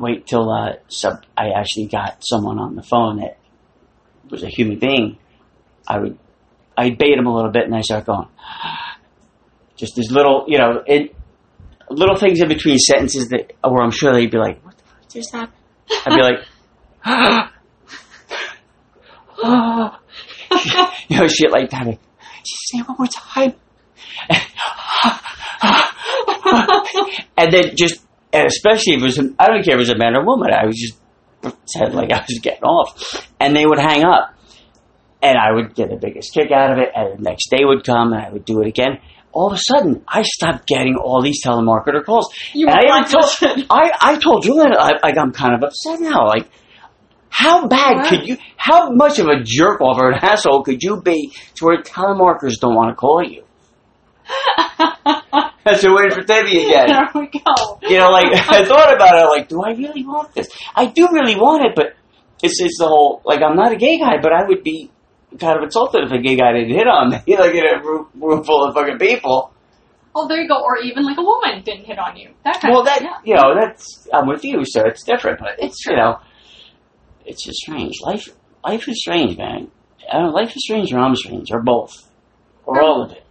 Speaker 2: wait till uh, sub, I actually got someone on the phone that was a human being. I would I bait him a little bit, and I start going *gasps* just these little, you know, it, little things in between sentences that where I'm sure they'd be like, "What the fuck just happened?" I'd be like, *laughs* you know, shit like that. Like, Just say it one more time. *laughs* and then just, and especially if it was, an, I don't care if it was a man or a woman, I was just pretend like I was getting off. And they would hang up. And I would get the biggest kick out of it, and the next day would come, and I would do it again. All of a sudden, I stopped getting all these telemarketer calls.
Speaker 1: You
Speaker 2: and
Speaker 1: were
Speaker 2: I, even
Speaker 1: blacklisted.
Speaker 2: told, I, I told Julian, I, like, I'm kind of upset now. Like, how bad
Speaker 1: Wow.
Speaker 2: could you, how much of a jerk off or an asshole could you be to where telemarketers don't want to call you? That's a waiting for Debbie again.
Speaker 1: there we go.
Speaker 2: You know, like *laughs* I thought about it, like, do I really want this? I do really want it, but it's it's the whole like I'm not a gay guy, but I would be kind of insulted if a gay guy didn't hit on me, *laughs* like in a room, room full of fucking people.
Speaker 1: Oh, there you go. Or even like a woman didn't hit on you. That kind
Speaker 2: Well,
Speaker 1: of
Speaker 2: that
Speaker 1: yeah.
Speaker 2: you know, that's I'm with you, so it's different, but
Speaker 1: It's
Speaker 2: it's you know, it's just strange. Life life is strange, man. I don't know, life is strange, or I'm strange, or both, or all of it.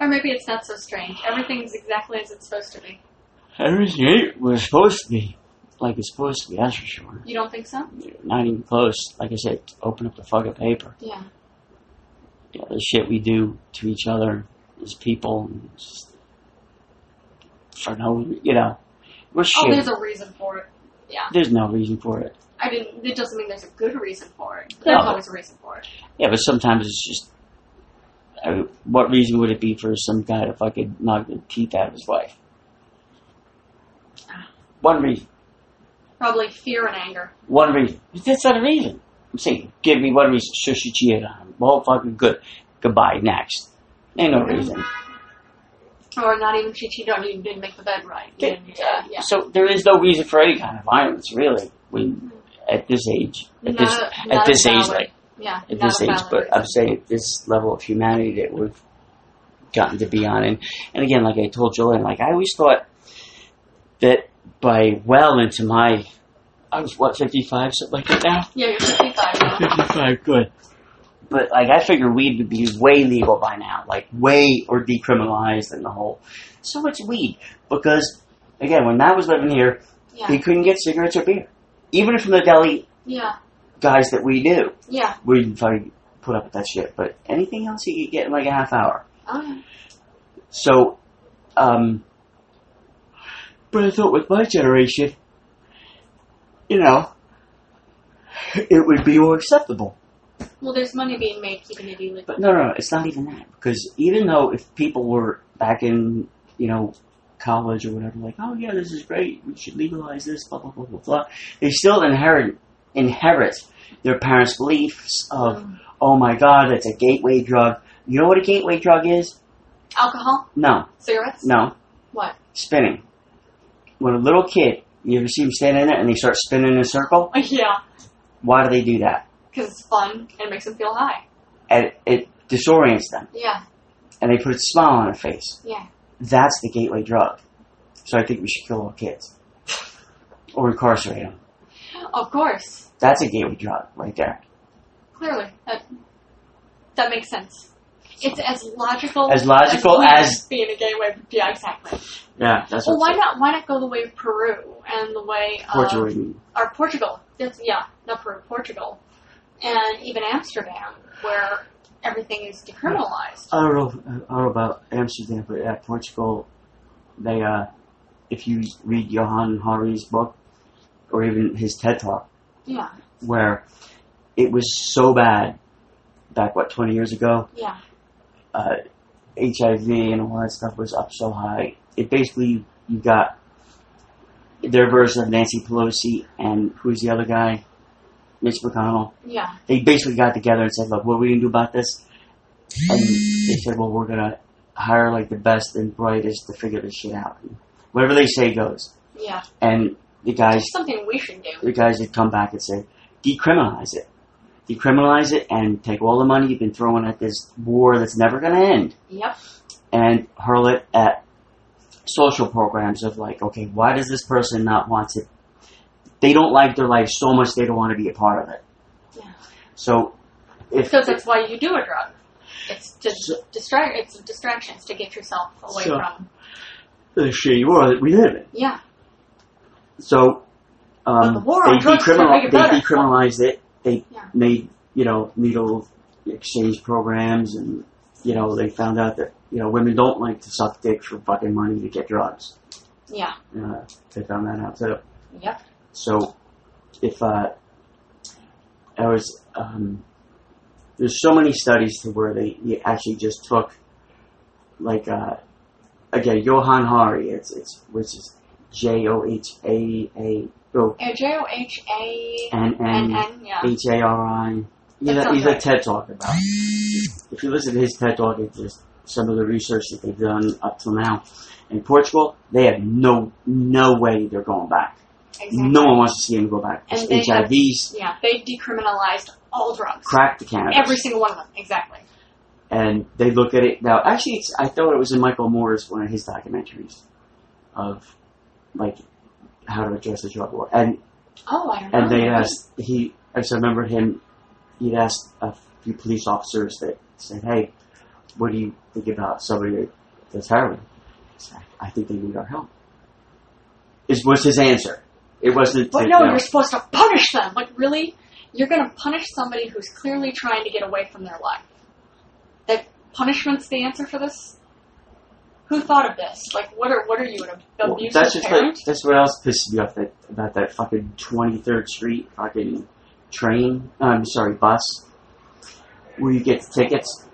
Speaker 1: Or maybe it's not so strange. Everything's exactly as it's supposed to be.
Speaker 2: Everything was supposed to be like it's supposed to be. That's for sure.
Speaker 1: You don't think so?
Speaker 2: Not even close. Like I said, open up the fucking paper.
Speaker 1: Yeah.
Speaker 2: you know, the shit we do to each other as people and just for no you know we're shit.
Speaker 1: Oh, there's a reason for it. Yeah.
Speaker 2: There's no reason for it.
Speaker 1: I didn't. It doesn't mean there's a good reason for it. There's
Speaker 2: No.
Speaker 1: always a reason for it.
Speaker 2: Yeah, but sometimes it's just. I mean, what reason would it be for some guy to fucking knock the teeth out of his wife? One reason.
Speaker 1: Probably fear and anger.
Speaker 2: One reason. That's not a reason. I'm saying, give me one reason. Sure, she cheated on him. Well, fucking good. Goodbye, next. Ain't no reason.
Speaker 1: Or not even she cheated on you. You didn't make the bed right. You didn't, uh, yeah.
Speaker 2: So there is no reason for any kind of violence, really, when at this age, at this
Speaker 1: Not a-
Speaker 2: at
Speaker 1: not
Speaker 2: this
Speaker 1: a
Speaker 2: age,
Speaker 1: valid-
Speaker 2: like
Speaker 1: yeah,
Speaker 2: at
Speaker 1: not
Speaker 2: this
Speaker 1: a
Speaker 2: age.
Speaker 1: valid
Speaker 2: But
Speaker 1: reason.
Speaker 2: I'm saying at this level of humanity that we've gotten to be on, and and again, like I told Julian, like I always thought that by well into my, I was what 55, something like that now.
Speaker 1: yeah, you're 55
Speaker 2: *laughs*
Speaker 1: now.
Speaker 2: 55, good. But like, I figured weed would be way legal by now, like way or decriminalized and the whole. So it's weed because, again, when Matt was living here,
Speaker 1: Yeah,
Speaker 2: he couldn't get cigarettes or beer, even from the deli
Speaker 1: yeah,
Speaker 2: guys that we knew.
Speaker 1: yeah.
Speaker 2: We didn't fucking put up with that shit, but anything else he could get in like a half hour.
Speaker 1: Oh,
Speaker 2: So, um, but I thought with my generation, you know, it would be more acceptable.
Speaker 1: well, there's money being made keeping it illegal.
Speaker 2: But no, no, no, it's not even that. Because even though if people were back in, you know, college or whatever, like, oh yeah, this is great, we should legalize this, blah blah blah blah blah, they still inherit inherit their parents' beliefs of,
Speaker 1: Um,
Speaker 2: oh my god, that's a gateway drug. You know what a gateway drug is?
Speaker 1: alcohol,
Speaker 2: No,
Speaker 1: cigarettes,
Speaker 2: no,
Speaker 1: what? *laughs*
Speaker 2: spinning. When a little kid, you ever see them standing there and they start spinning in a circle?
Speaker 1: Yeah,
Speaker 2: Why do they do that?
Speaker 1: because it's fun and it makes them feel high.
Speaker 2: And it disorients them,
Speaker 1: Yeah,
Speaker 2: and they put a smile on their face.
Speaker 1: yeah.
Speaker 2: that's the gateway drug. So I think we should kill all kids or incarcerate them.
Speaker 1: Of course,
Speaker 2: That's a gateway drug right there.
Speaker 1: clearly that that makes sense. It's as logical
Speaker 2: As logical as-
Speaker 1: being a gay way. Yeah, exactly.
Speaker 2: Yeah, that's
Speaker 1: Well, why uh, not? Why not go the way of Peru and the way of
Speaker 2: Portugal.
Speaker 1: or Portugal. That's yeah, not Peru, Portugal, and even Amsterdam, where everything is decriminalized.
Speaker 2: I don't know. I don't know about Amsterdam, but at Portugal, they uh, if you read Johan Hari's book or even his TED talk,
Speaker 1: Yeah,
Speaker 2: where it was so bad back what twenty years ago,
Speaker 1: yeah,
Speaker 2: uh, HIV and all that stuff was up so high. It basically you got their version of Nancy Pelosi and who's the other guy, Mitch McConnell.
Speaker 1: yeah.
Speaker 2: They basically got together and said, "Look, what are we gonna do about this?" And they said, "Well, we're gonna hire like the best and brightest to figure this shit out. Whatever they say goes."
Speaker 1: Yeah,
Speaker 2: And the guys
Speaker 1: it's something we should do.
Speaker 2: the guys would come back and say, decriminalize it. Decriminalize it and take all the money you've been throwing at this war that's never going to end
Speaker 1: Yep.
Speaker 2: and hurl it at social programs of like, okay, why does this person not want to? They don't like their life so much they don't want to be a part of it.
Speaker 1: Yeah.
Speaker 2: So if
Speaker 1: Because that's why you do a drug. It's just
Speaker 2: So-
Speaker 1: distract. It's distractions to get yourself away
Speaker 2: So-
Speaker 1: from.
Speaker 2: the shit you are that we live in,
Speaker 1: Yeah,
Speaker 2: so
Speaker 1: But
Speaker 2: um,
Speaker 1: the war
Speaker 2: they
Speaker 1: on drugs can't make
Speaker 2: decriminalized
Speaker 1: it
Speaker 2: they
Speaker 1: better.
Speaker 2: decriminalized it. They
Speaker 1: Yeah.
Speaker 2: made you know needle exchange programs, and you know they found out that you know, women don't like to suck dick for fucking money to get drugs.
Speaker 1: Yeah.
Speaker 2: Uh, they found that out too.
Speaker 1: Yep.
Speaker 2: So, if uh, I was, um, there's so many studies to where they, they actually just took, like, uh, again, Johan Hari, it's, it's, which is J O H A A, oh,
Speaker 1: Yeah, J O H A
Speaker 2: N
Speaker 1: N
Speaker 2: N
Speaker 1: N. Yeah.
Speaker 2: H A R I. He's
Speaker 1: That
Speaker 2: a,
Speaker 1: sounds
Speaker 2: he's a
Speaker 1: right.
Speaker 2: TED talk about. If you listen to his TED talk, it's just some of the research that they've done up till now. In Portugal, they have no no way they're going back.
Speaker 1: Exactly.
Speaker 2: No one wants to see him go back. It's
Speaker 1: And they have-
Speaker 2: HIVs,
Speaker 1: Yeah, they decriminalized all drugs.
Speaker 2: crack the cannabis,
Speaker 1: Every single one of them. Exactly.
Speaker 2: and they look at it now. Actually, it's, I thought it was in Michael Moore's one of his documentaries of like how to address the drug war, and
Speaker 1: Oh, I remember.
Speaker 2: And they asked he. I just remember him. He'd asked a few police officers that said, "Hey, what do you think about somebody that- that's heroin?" He said, "I think they need our help." Is was his answer. It wasn't.
Speaker 1: But
Speaker 2: that-
Speaker 1: no, you're supposed to punish them. Like, really? You're going to punish somebody who's clearly trying to get away from their life. That punishment's the answer for this? Who thought of this? Like, what are what are you, an
Speaker 2: well,
Speaker 1: abusive
Speaker 2: that's just
Speaker 1: parent?
Speaker 2: what, that's what else pissed me off that about that fucking Twenty Third Street fucking train. I'm sorry, bus, where you get tickets.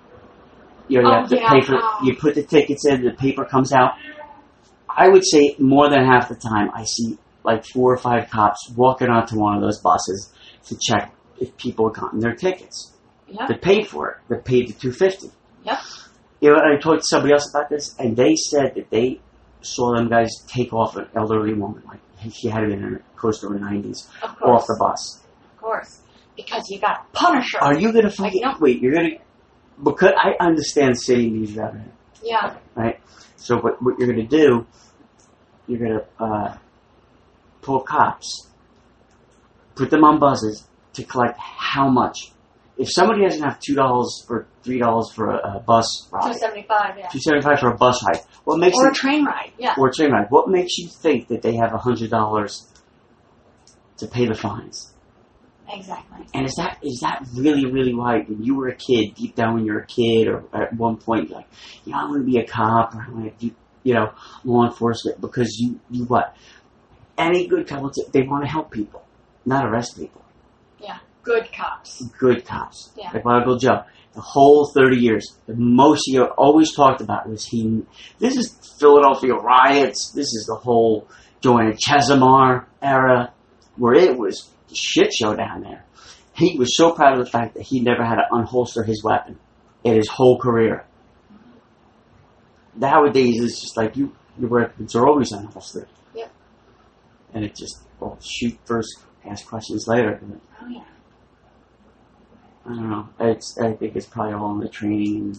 Speaker 2: You know, you
Speaker 1: Oh,
Speaker 2: have to
Speaker 1: yeah,
Speaker 2: pay for.
Speaker 1: oh.
Speaker 2: You put the tickets in, the paper comes out. I would say more than half the time I see like four or five cops walking onto one of those buses to check if people have gotten their tickets.
Speaker 1: yeah.
Speaker 2: They paid for it. They paid the two fifty.
Speaker 1: Yep.
Speaker 2: You know, I talked to somebody else about this, and they said that they saw them guys take off an elderly woman, like she had to be in her close to her nineties,
Speaker 1: Of course.
Speaker 2: off the bus.
Speaker 1: Of course. Because you got to punish her.
Speaker 2: Are you gonna fucking
Speaker 1: know.
Speaker 2: wait? You're gonna because I understand city needs revenue,
Speaker 1: yeah.
Speaker 2: right? So, what what you're gonna do? You're gonna uh, pull cops, put them on buses to collect how much? If somebody doesn't have two dollars or three dollars for a, a bus ride,
Speaker 1: 275, yeah.
Speaker 2: two seventy five for a bus ride, what makes
Speaker 1: Or
Speaker 2: it
Speaker 1: a train ride, yeah.
Speaker 2: or train ride. What makes you think that they have a hundred dollars to pay the fines?
Speaker 1: Exactly.
Speaker 2: And is that is that really really why when you were a kid, deep down when you were a kid, or at one point you're like, you know, I want to be a cop or I want to do you know law enforcement because you you what? Any good cops they want to help people, not arrest people.
Speaker 1: Good cops.
Speaker 2: Good cops,
Speaker 1: Yeah.
Speaker 2: like my uncle Joe. The whole thirty years, the most he always talked about was he. This is Philadelphia riots. This is the whole Joanna Chesimar era, where it was a shit show down there. He was so proud of the fact that he never had to unholster his weapon in his whole career. Nowadays, it's just like you your weapons are always unholstered.
Speaker 1: Yep.
Speaker 2: And it just well shoot first, ask questions later.
Speaker 1: Oh, yeah.
Speaker 2: I don't know. Uh, It's I think it's probably all in the training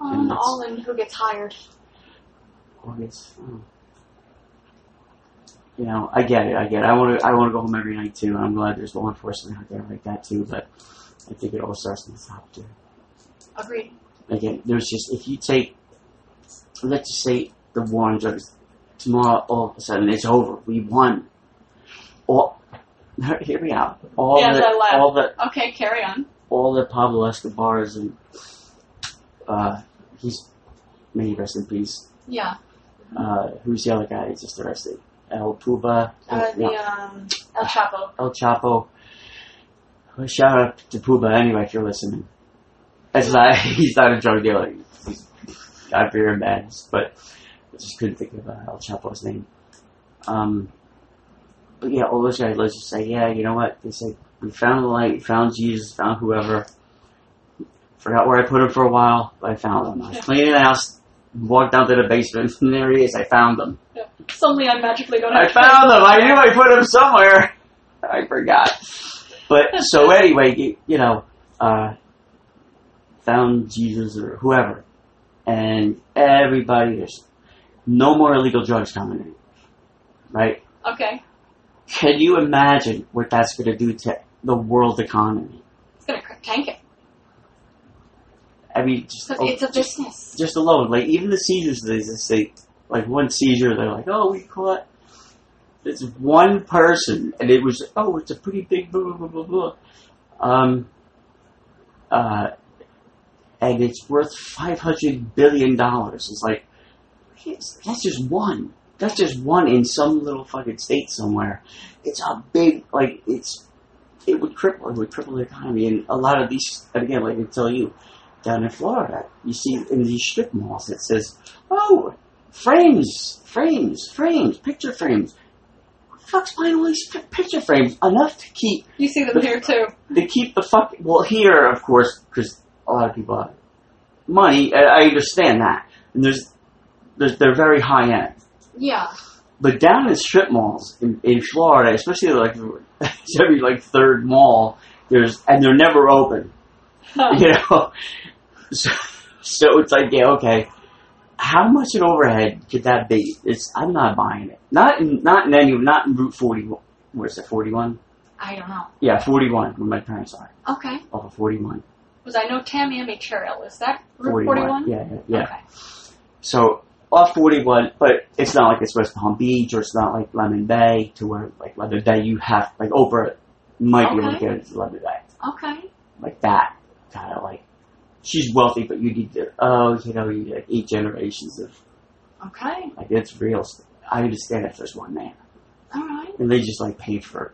Speaker 1: All
Speaker 2: And
Speaker 1: in,
Speaker 2: that's-
Speaker 1: all in who gets hired.
Speaker 2: and organs. Uh, You know, I get it. I get it. I want to. I want to go home every night too. I'm glad there's law enforcement out there like that too. But I think it all starts from the top too.
Speaker 1: Agreed.
Speaker 2: Again, there's just if you take, let's just say the war on drugs, tomorrow all of a sudden it's over. We won. All, *laughs* hear me out. All
Speaker 1: Yes,
Speaker 2: the
Speaker 1: I laugh.
Speaker 2: all the
Speaker 1: Okay, carry on.
Speaker 2: all the Pablo Escobars and uh, he's may he rest in peace.
Speaker 1: Yeah.
Speaker 2: Uh, who's the other guy that just arrested? El Puba,
Speaker 1: Uh, the
Speaker 2: no,
Speaker 1: um, El Chapo.
Speaker 2: El Chapo. Well, Shout out to Puba anyway if you're listening. It's *laughs* not he's not a drug dealer. He's got beer and bags, but I just couldn't think of uh, El Chapo's name. Um, but yeah, all those guys let's just say, yeah, you know what? They say we found the light, we found Jesus, found whoever. Forgot where I put him for a while, but I found him. I was cleaning the house, walked down to the basement, *laughs* and there he is. I found him.
Speaker 1: Suddenly I magically don't
Speaker 2: I
Speaker 1: have
Speaker 2: found them. I knew I put them somewhere. I forgot. But so anyway, you, you know, uh, found Jesus or whoever, and everybody. There's no more illegal drugs coming in, right?
Speaker 1: Okay.
Speaker 2: Can you imagine what that's going to do to the world economy?
Speaker 1: It's going to tank it.
Speaker 2: I mean, just
Speaker 1: So it's a business.
Speaker 2: just alone. Like even the seizures they just say like one seizure they're like, Oh, we caught it's one person and it was oh it's a pretty big blah blah blah blah blah. Um uh and it's worth five hundred billion dollars. It's like it's- that's just one. That's just one in some little fucking state somewhere. It's a big like it's it would cripple it would cripple the economy and a lot of these and again like I tell you down in Florida you see in these strip malls it says oh frames frames frames picture frames. Who the Fuck's buying all these pi- picture frames enough to keep
Speaker 1: You see them here too.
Speaker 2: they keep the fuck well here, of course, because a lot of people have money. I, I understand that, and there's, there's they're very high end.
Speaker 1: Yeah.
Speaker 2: *laughs* But down in strip malls in, in Florida, especially like *laughs* it's every like third mall, there's and they're never open.
Speaker 1: *laughs*
Speaker 2: You know, so, so it's like yeah, okay. How much an overhead could that be? It's I'm not buying it. Not in not in any not in Route 41. Where's it? 41.
Speaker 1: I don't know.
Speaker 2: Yeah, 41. Where my parents are. Oh,
Speaker 1: Okay.
Speaker 2: Off of 41.
Speaker 1: Because I know Tamiami Trail. Is that Route
Speaker 2: 41.
Speaker 1: 41?
Speaker 2: Yeah, yeah, yeah.
Speaker 1: Okay.
Speaker 2: So off 41, but it's not like it's West Palm Beach or it's not like Lemon Bay to where like Lemon Bay you have like Oprah might be able to
Speaker 1: Okay.
Speaker 2: get into Lemon Bay
Speaker 1: Okay.
Speaker 2: like that kind of like she's wealthy, but you need to oh you know you need like eight generations of
Speaker 1: Okay.
Speaker 2: like it's real. Stuff. I understand if there's one man
Speaker 1: All right.
Speaker 2: and they just like pay for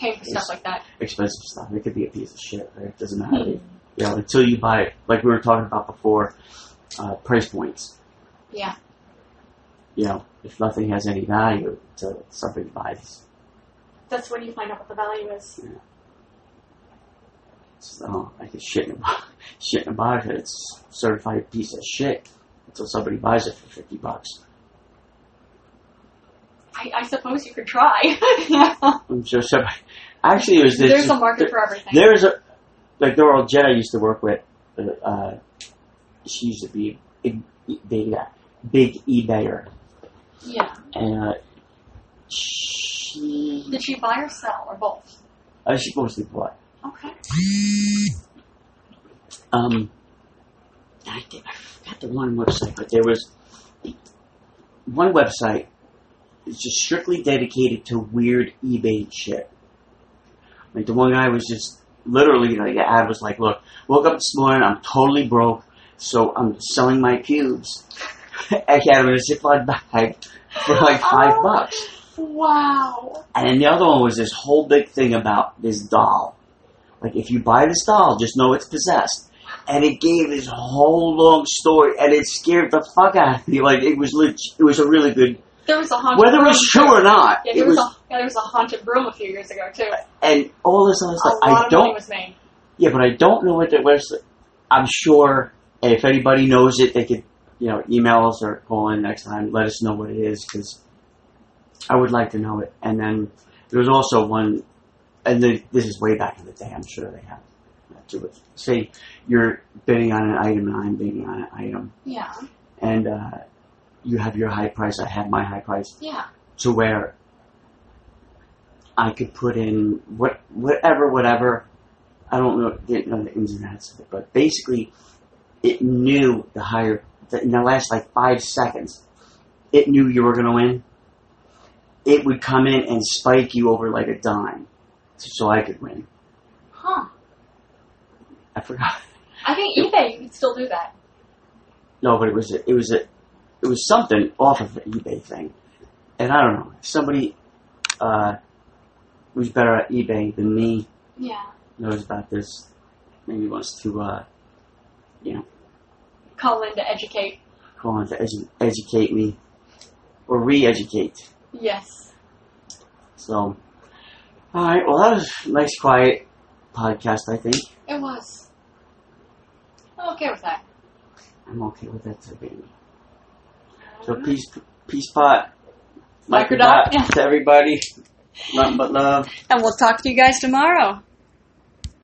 Speaker 1: Pay for
Speaker 2: Yes.
Speaker 1: stuff like that.
Speaker 2: expensive stuff. It could be a piece of shit. Right? It doesn't
Speaker 1: Hmm.
Speaker 2: matter. You know until you buy it. Like we were talking about before, uh, price points.
Speaker 1: Yeah.
Speaker 2: you know, if nothing has any value to something to buy,
Speaker 1: That's when you find out what the value is.
Speaker 2: it's, oh, like a shit in a box, *laughs* shit in a box, and it's a certified piece of shit until somebody buys it for 50 bucks.
Speaker 1: I, I suppose you could try. *laughs*
Speaker 2: I'm sure somebody, *laughs* actually, it was this,
Speaker 1: There's a market for everything.
Speaker 2: There's a, like, the old Jen I used to work with, uh, uh, she used to be a big, big, uh, big eBayer,
Speaker 1: yeah.
Speaker 2: and, uh, she,
Speaker 1: Did she buy or sell or both?
Speaker 2: uh, she mostly bought
Speaker 1: Okay.
Speaker 2: Um, I, did, I forgot the one website, but there was one website that's just strictly dedicated to weird eBay shit. Like the one guy was just literally like the ad was like, "Look, woke up this morning, I'm totally broke, so I'm selling my *laughs* cubes." I had them in a Ziploc bag for like five
Speaker 1: Oh.
Speaker 2: bucks,
Speaker 1: Wow.
Speaker 2: and then the other one was this whole big thing about this doll. Like, if you buy this doll, just know it's possessed. And it gave this whole long story, and it scared the fuck out of me. Like, it was leg- it was a really good,
Speaker 1: There was a haunted
Speaker 2: whether it
Speaker 1: room.
Speaker 2: was true or not.
Speaker 1: Yeah,
Speaker 2: it
Speaker 1: there was,
Speaker 2: was,
Speaker 1: a, yeah, there was a haunted room a few years ago too.
Speaker 2: and all this other stuff.
Speaker 1: a lot
Speaker 2: I
Speaker 1: of money
Speaker 2: don't,
Speaker 1: was made.
Speaker 2: yeah, but I don't know what that website. I'm sure if anybody knows it, they could, you know, email us or call in next time. Let us know what it is because I would like to know it. And then there was also one, and the, this is way back in the day. I'm sure they have that too. But say you're bidding on an item, and I'm bidding on an item,
Speaker 1: Yeah.
Speaker 2: and uh, you have your high price. I have my high price
Speaker 1: Yeah.
Speaker 2: to where I could put in what whatever whatever. I don't know didn't know the ins and outs of it, but basically, it knew the higher that in the last like five seconds, it knew you were going to win. It would come in and spike you over like a dime, so I could win.
Speaker 1: Huh.
Speaker 2: I forgot. *laughs*
Speaker 1: I think eBay you could still do that.
Speaker 2: No, but it was a, it was a, it was something off of the eBay thing, and I don't know. Somebody uh, who's better at eBay than me
Speaker 1: Yeah.
Speaker 2: knows about this. Maybe wants to uh,
Speaker 1: Call in to educate.
Speaker 2: call on to edu- educate me or re-educate.
Speaker 1: Yes.
Speaker 2: So, all right. Well, that was a nice, quiet podcast. I think
Speaker 1: It was. I'm okay with that.
Speaker 2: I'm okay with that too, baby. So
Speaker 1: Mm-hmm.
Speaker 2: peace, peace, pot,
Speaker 1: Microdot, yeah.
Speaker 2: to everybody. Nothing but love.
Speaker 1: And we'll talk to you guys tomorrow.